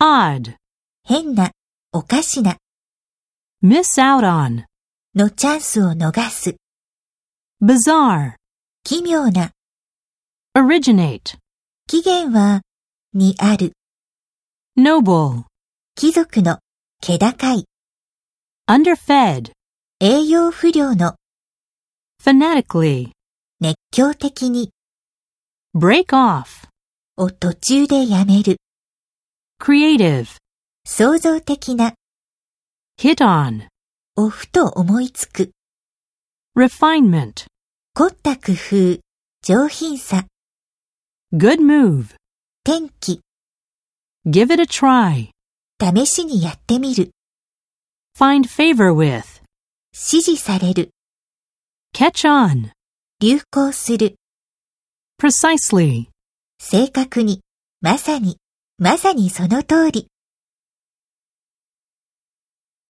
odd, 変な、おかしな miss out on, のチャンスを逃す、 bizarre, 奇妙な、 originate, 起源は、にある、 noble, 貴族の、気高い、 underfed, 栄養不良の、 fanatically, 熱狂的に、 break off, を途中でやめる、 creative, 創造的な、 hit on, をふと思いつく、 refinement, 凝った工夫、上品さ、 good move, 天気、 give it a try, 試しにやってみる、 find favor with, 支持される、 catch on, 流行する、 precisely. 正確に、まさに、まさにその通り。